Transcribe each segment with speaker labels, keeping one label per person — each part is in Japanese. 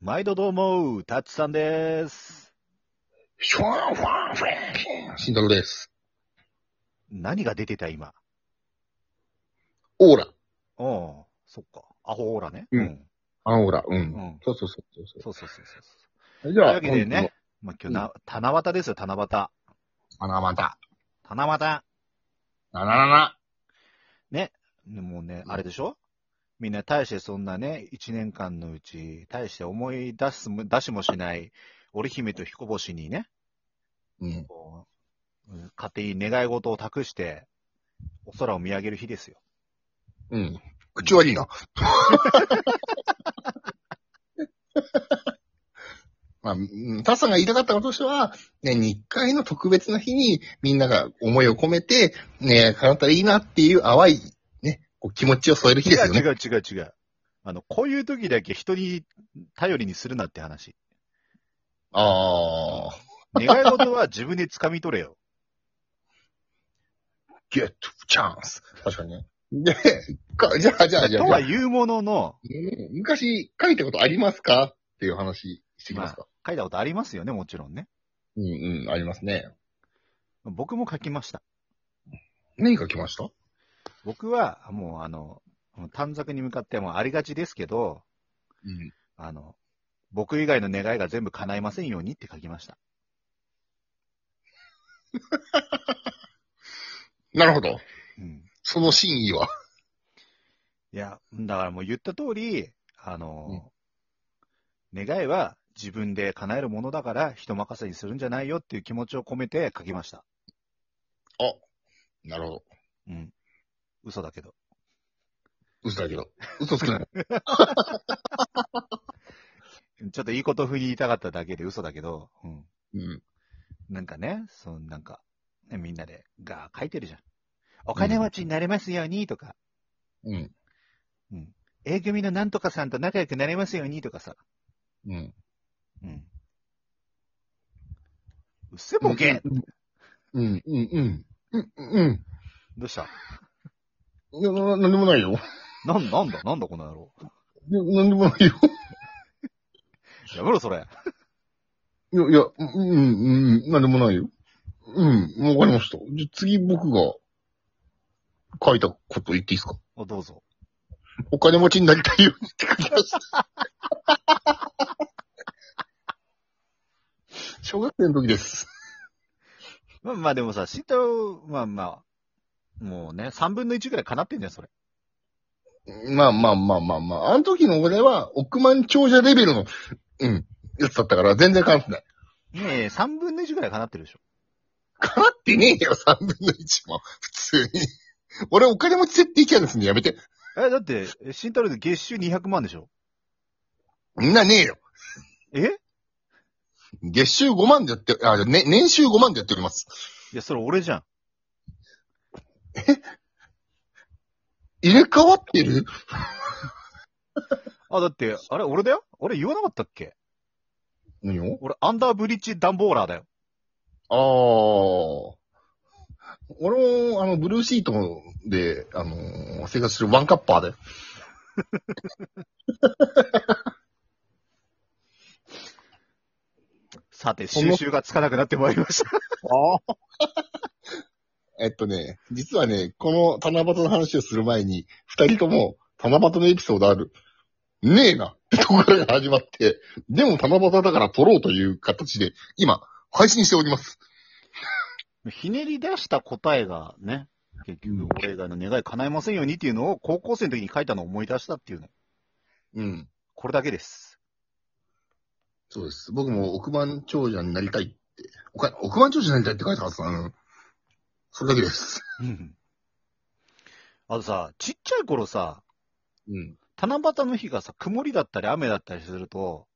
Speaker 1: 毎度どうも、タッチさんです。
Speaker 2: シュワンファンフェンシンドルです。
Speaker 1: 何が出てた今。
Speaker 2: オーラ。
Speaker 1: うん。そっか。アホオーラね。
Speaker 2: うんアンオーラ。
Speaker 1: う
Speaker 2: う。
Speaker 1: ん。うんん。
Speaker 2: そうそうそうそうそ
Speaker 1: そうそうそうそうそう。
Speaker 2: う。じ
Speaker 1: という
Speaker 2: ゃあ、
Speaker 1: わけでね、まあ、今日な、七夕ですよ、七夕。
Speaker 2: 本日も。あな
Speaker 1: 七
Speaker 2: また。なななな。
Speaker 1: 夕。ねもうね、あれでしょみんな大してそんなね、一年間のうち、大して思い出すも、出しもしない、織姫と彦星にね、
Speaker 2: うん。
Speaker 1: こううん勝手に願い事を託して、お空を見上げる日ですよ。
Speaker 2: うん。口悪いな。 まあ、うんタッさんが言いたかったこととしては、ね、日回の特別な日にみんなが思いを込めて、ね、叶ったらいいなっていう淡い、ね、こう気持ちを添える日ですよ
Speaker 1: 違
Speaker 2: ね。
Speaker 1: う違う違う違う。あの、こういう時だけ人に頼りにするなって話。
Speaker 2: ああ。
Speaker 1: 願い事は自分で掴み取 れよ。
Speaker 2: ゲットチャンス。確かにね。で、かじゃあ、じゃあ、じゃ
Speaker 1: と
Speaker 2: あ、じゃ
Speaker 1: は
Speaker 2: あ
Speaker 1: 言うものの、
Speaker 2: ね昔書いたことありますかっていう話してきますか、
Speaker 1: 書いたことありますよね、もちろんね。
Speaker 2: うんうん、ありますね。
Speaker 1: 僕も書きました。
Speaker 2: 何書きました
Speaker 1: 僕は、もうあの、短冊に向かってもありがちですけど、
Speaker 2: うん。
Speaker 1: あの、僕以外の願いが全部叶いませんようにって書きました。
Speaker 2: なるほど。
Speaker 1: うん。
Speaker 2: その真意は。
Speaker 1: いや、だからもう言った通り、あの、願いは自分で叶えるものだから人任せにするんじゃないよっていう気持ちを込めて書きました。
Speaker 2: なるほど。
Speaker 1: うん。嘘だけど。
Speaker 2: 嘘だけど。嘘つくない。
Speaker 1: ちょっといいこと風に言いたかっただけで嘘だけど、うん。
Speaker 2: うん。
Speaker 1: なんかね、そのなんか、ねみんなでガー書いてるじゃん。お金持ちになれますようにとか、
Speaker 2: うん。
Speaker 1: A 組のなんとかさんと仲良くなれますようにとかさ、
Speaker 2: うん。
Speaker 1: うん。うっせぼけ、
Speaker 2: うん、うん、うん。うん、うん。
Speaker 1: どうした
Speaker 2: いやな、なんでもないよ。
Speaker 1: なんなんだなんだこの野郎。
Speaker 2: いやなんでもないよ。
Speaker 1: やめろそれ。
Speaker 2: いや、いや、うん、うん、うんなんでもないよ。うん、わかりました。じゃ、次僕が書いたこと言っていいですか
Speaker 1: おどうぞ。
Speaker 2: お金持ちになりたいようにって書きました。 小学生の時です。
Speaker 1: まあまあでもさ、シート、まあまあ、もうね、三分の一ぐらい叶ってんじゃん、それ。
Speaker 2: まあまあまあまあまあ。あの時の俺は億万長者レベルの、うん、やつだったから全然叶ってない。
Speaker 1: ねえ、三分の一ぐらい叶ってるでしょ。
Speaker 2: 叶ってねえよ、三分の一も。普通に。俺お金持ち設定キャラですね。やめて。
Speaker 1: え、だって、新太郎で月収200万でしょ
Speaker 2: みんなねえよ。
Speaker 1: え
Speaker 2: 月収5万でやって、あ、ね、年収5万でやっております。
Speaker 1: いや、それ俺じゃん。
Speaker 2: 入れ替わってる
Speaker 1: あ、だって、あれ俺だよ俺言わなかったっけ
Speaker 2: 何を
Speaker 1: 俺、アンダーブリッジダンボーラーだよ。
Speaker 2: ああ。俺も、あの、ブルーシートで、あのー生活するワンカッパーで。
Speaker 1: さて、
Speaker 2: その
Speaker 1: 収集がつかなくなってまいりました。
Speaker 2: ああ。えっとね、実はね、この七夕の話をする前に、二人とも七夕のエピソードある。ねえなってところが始まって、でも七夕だから撮ろうという形で、今、配信しております。
Speaker 1: ひねり出した答えがね、結
Speaker 2: うん
Speaker 1: 局、俺以外の願い叶えませんようにっていうのを、高校生の時に書いたのを思い出したっていうの。
Speaker 2: うん。
Speaker 1: これだけです。
Speaker 2: そうです。僕も億万長者になりたいって、おか億万長者になりたいって書いたはずなの。それだけです。
Speaker 1: うんあとさ、ちっちゃい頃さ、
Speaker 2: うん。
Speaker 1: 七夕の日がさ、曇りだったり雨だったりすると、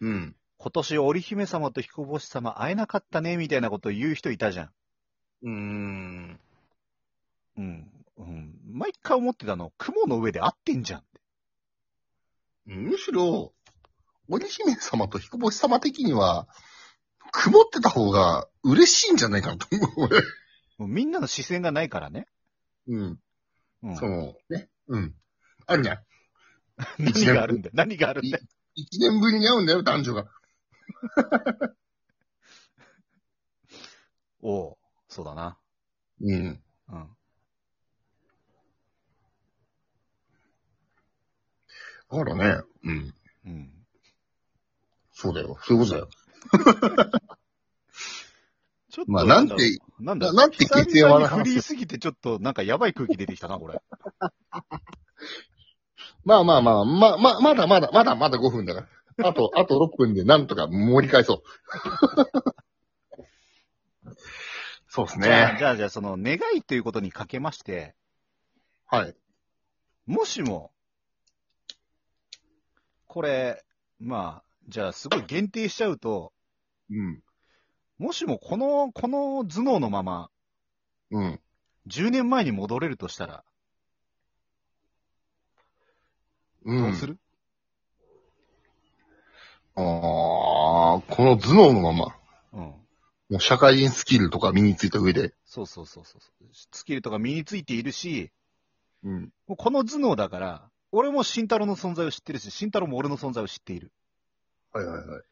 Speaker 2: うん。
Speaker 1: 今年織姫様と彦星様会えなかったね、みたいなことを言う人いたじゃん。
Speaker 2: うーん。
Speaker 1: うん。うん。毎回思ってたの、雲の上で会ってんじゃん。
Speaker 2: むしろ、織姫様と彦星様的には、曇ってた方が嬉しいんじゃないかなと思う。俺
Speaker 1: もうみんなの視線がないからね。
Speaker 2: うん。
Speaker 1: うん。
Speaker 2: その、ね。うん。あるじゃん。
Speaker 1: 何があるんだよ。何があるんだよ。
Speaker 2: 一年ぶりに会うんだよ、男女が。
Speaker 1: おう、そうだな。
Speaker 2: うん。
Speaker 1: うん。
Speaker 2: だからね、うん。
Speaker 1: うん。
Speaker 2: そうだよ。そういうことだよ。
Speaker 1: ちょっと
Speaker 2: まあ、
Speaker 1: な
Speaker 2: なんん
Speaker 1: だ
Speaker 2: て
Speaker 1: ろ、う、なんだ
Speaker 2: ななんて
Speaker 1: 久
Speaker 2: 激ヤ
Speaker 1: 々
Speaker 2: バ
Speaker 1: に
Speaker 2: な
Speaker 1: 振
Speaker 2: 話。
Speaker 1: りすぎてちょっとなんかやばい空気出てきたな、これ。
Speaker 2: まあまあまあ、まあ、まあ、まだまだ、まだまだ5分だから。あ と、あと6分でなんとか盛り返そう。そうです
Speaker 1: じゃあ、
Speaker 2: ね。
Speaker 1: じゃあ、じゃあその願いということにかけまして、
Speaker 2: はい。
Speaker 1: もしも、これ、まあ、じゃあすごい限定しちゃうと、
Speaker 2: うん。
Speaker 1: もしもこの、この頭脳のまま、
Speaker 2: うん。
Speaker 1: 10年前に戻れるとしたら、
Speaker 2: う
Speaker 1: ど
Speaker 2: ん。
Speaker 1: うする、
Speaker 2: ああ、この頭脳のまま、
Speaker 1: うん、
Speaker 2: もう社会人スキルとか身についた上で。
Speaker 1: そうそうそうそう。スキルとか身についているし、
Speaker 2: うん。
Speaker 1: もうこの頭脳だから、俺も慎太郎の存在を知ってるし、慎太郎も俺の存在を知っている。
Speaker 2: はいはいはい。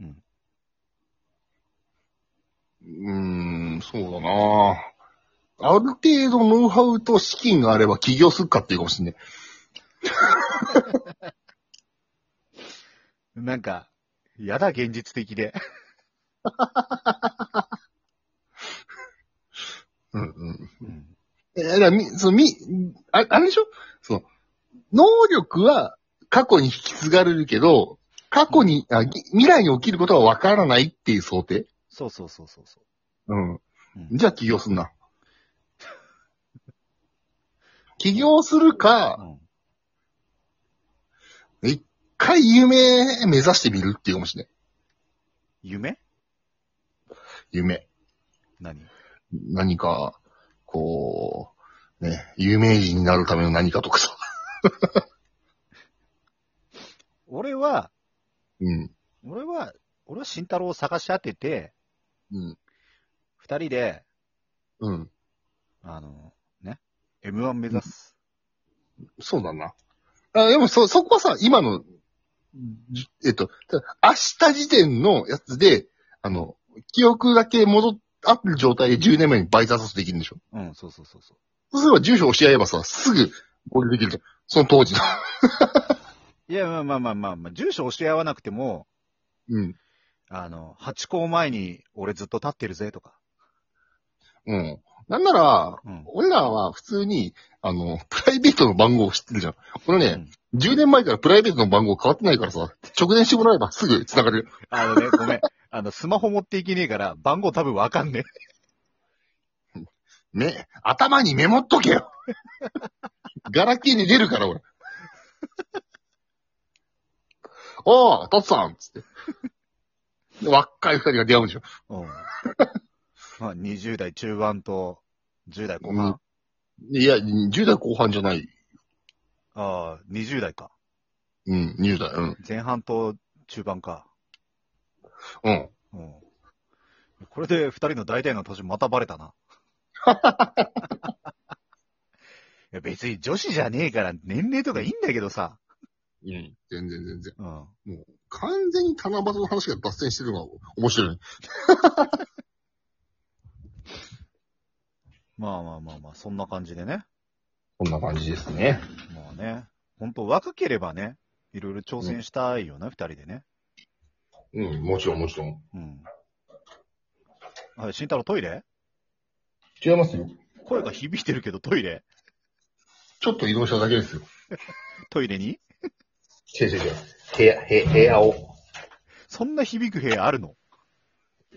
Speaker 1: うん。
Speaker 2: うーん、そうだなある程度ノウハウと資金があれば起業するかっていうかもしんね。
Speaker 1: なんか、やだ、現実的で。
Speaker 2: うんうん。
Speaker 1: うん。
Speaker 2: えー、だからみ、その、み、あ、あれでしょその、能力は過去に引き継がれるけど、過去に、あ、ぎ未来に起きることはわからないっていう想定
Speaker 1: そうそうそうそうそ
Speaker 2: うん。
Speaker 1: う。うん。
Speaker 2: じゃあ起業すんな。 起業するか、
Speaker 1: うん
Speaker 2: 一回夢目指してみるっていうかもしれない。
Speaker 1: 夢
Speaker 2: 夢。
Speaker 1: 何
Speaker 2: 何か、こう、ね、有名人になるための何かとかさ。
Speaker 1: 俺は、
Speaker 2: うん。
Speaker 1: 俺は、俺は慎太郎を探し当てて、
Speaker 2: うん。
Speaker 1: 二人で、
Speaker 2: うん。
Speaker 1: あの、ね、M1 目指す。
Speaker 2: そうだな。あでも、そ、そこはさ、今の、じえっと、明日時点のやつで、あの、記憶だけ戻っ、ある状態で10年前に倍殺できるんでしょ
Speaker 1: うん、そうそうそうそう。
Speaker 2: そうすれば住所を教え合えばさ、すぐ合流できるじゃん。その当時の。
Speaker 1: いや、まあまあまあまあ、まあ、住所教え合わなくても、
Speaker 2: うん。
Speaker 1: あの、八校前に俺ずっと立ってるぜとか。
Speaker 2: うん。なんなら、
Speaker 1: うん。
Speaker 2: 俺らは普通に、あの、プライベートの番号を知ってるじゃん。これ
Speaker 1: う
Speaker 2: ね、
Speaker 1: ん
Speaker 2: 10年前からプライベートの番号変わってないからさ、直電してもらえばすぐ繋がる。
Speaker 1: あ のね、ごめん。あの、スマホ持っていけねえから、番号多分わかんね
Speaker 2: ね、頭にメモっとけよ。 ガラケーに出るから、俺。 おー、トツさんっつって。で若い二人が出会うんでしょ。
Speaker 1: え。うん。 まあ、20代中盤と10代後半。
Speaker 2: うんいや、10代後半じゃない。
Speaker 1: ああ、20代か。
Speaker 2: うん、20代。うん。
Speaker 1: 前半と中盤か。
Speaker 2: うん。
Speaker 1: うん。これで二人の大体の年またバレた な。いや別に女子じゃねえから年齢とかいいんだけどさ。
Speaker 2: うん。全然全然。
Speaker 1: うん。
Speaker 2: 完全に七夕の話が脱線してるのが面白いね。
Speaker 1: まあまあまあまあ、そんな感じでね。
Speaker 2: こんな感じですね。
Speaker 1: まあね。本当若ければね、いろいろ挑戦したいよな、二人でね。
Speaker 2: うん、もちろんもちろん。
Speaker 1: うん。あれ、慎太郎トイレ
Speaker 2: 違いますよ。
Speaker 1: 声が響いてるけどトイレ
Speaker 2: ちょっと移動しただけですよ。
Speaker 1: トイレに
Speaker 2: 違う違う違う。部屋、部部屋を。
Speaker 1: そんな響く部屋あるの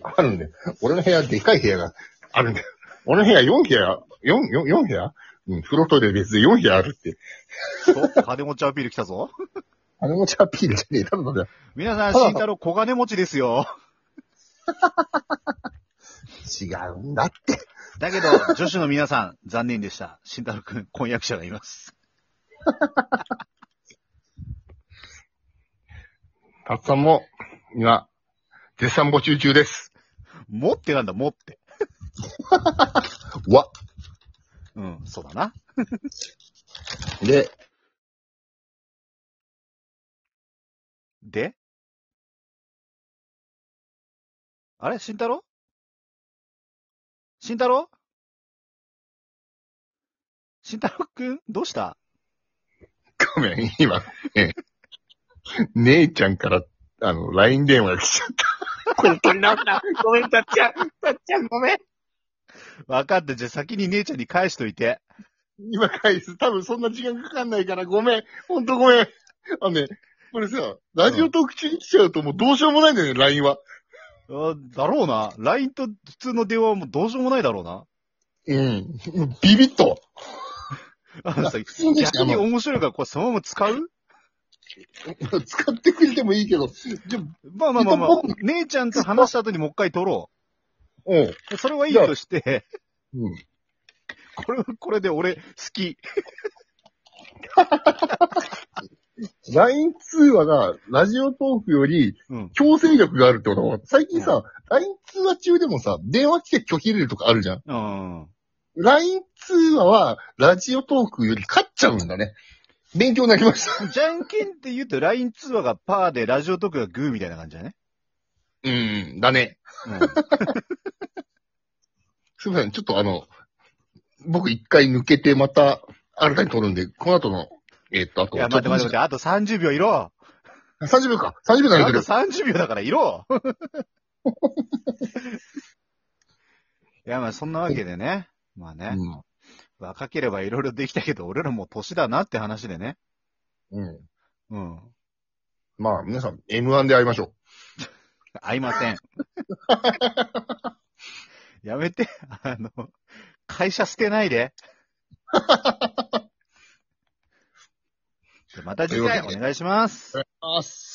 Speaker 2: あるんだよ。俺の部屋、でかい部屋があるんだよ。俺の部屋4部屋、4、四四部屋うん、風呂トイレ別で4部屋あるって。
Speaker 1: そう金持ちアピール来たぞ。
Speaker 2: あれもチャピールじゃねえ。ただただ、
Speaker 1: 皆さん、慎太郎小金持ちですよ。
Speaker 2: 違うんだって。
Speaker 1: だけど、女子の皆さん、残念でした。慎太郎くん、婚約者がいます。
Speaker 2: たくさんも、今、絶賛募集中です。
Speaker 1: もってなんだ、もって。
Speaker 2: わ。
Speaker 1: うん、そうだな。
Speaker 2: で、
Speaker 1: であれ慎太郎慎太郎慎太郎くんどうした
Speaker 2: ごめん、今、ね、姉ちゃんから、あの、LINE 電話が来ちゃった。 これ取り直した。ごめん、たっちゃん。たっちゃん、ごめん。
Speaker 1: 分かった。じゃあ先に姉ちゃんに返しといて。
Speaker 2: 今返す。多分そんな時間かかんないから、ごめん。ほんとごめん。あのね、これさ、ラジオトーク中に来ちゃうともうどうしようもないんだよね、LINE は。
Speaker 1: あだろうな。LINE と普通の電話はもうどうしようもないだろうな。
Speaker 2: うん。ビビッと。
Speaker 1: あ のさ、
Speaker 2: 普通にしか
Speaker 1: 逆に
Speaker 2: も
Speaker 1: 面白いから、これそのまま使う
Speaker 2: う、使ってくれてもいいけど。じゃ、
Speaker 1: まあまあまあまあ
Speaker 2: いいと思、
Speaker 1: 姉ちゃんと話した後にもう一回撮ろ
Speaker 2: うん。
Speaker 1: う。それはいいとして、
Speaker 2: うん。
Speaker 1: これはこれで俺好き。
Speaker 2: LINE 通話が、ラジオトークより、
Speaker 1: うん。
Speaker 2: 強制力があるってことは最近さ、LINE 通話中でもさ、電話来て拒否入れるとかあるじゃん。
Speaker 1: うん。
Speaker 2: LINE 通話は、ラジオトークより勝っちゃうんだね。勉強になりました。
Speaker 1: じゃんけんって言うと LINE 通話がパーでラジオトークがグーみたいな感じだね。
Speaker 2: うん、だね。
Speaker 1: う
Speaker 2: すみません、ちょっとあの、僕一回抜けてまた、新たに撮るんで、この後の、えーっと、あと、
Speaker 1: ん。いや、待って待って待っ
Speaker 2: ち
Speaker 1: て、あと30秒いろ。
Speaker 2: ょっと30秒か。30秒
Speaker 1: あ
Speaker 2: だ
Speaker 1: と
Speaker 2: けど、
Speaker 1: 30秒だからいろ。いや、まあそんなわけでね。まあね。若ければいろいろできたけど、俺らもう年だなって話でね。
Speaker 2: うん。うん。
Speaker 1: うん。
Speaker 2: まあ、皆さん、M1 で会いましょ
Speaker 1: 合いません。やめて、あの、会社捨てないで。また次回お願いします。
Speaker 2: う。あっす。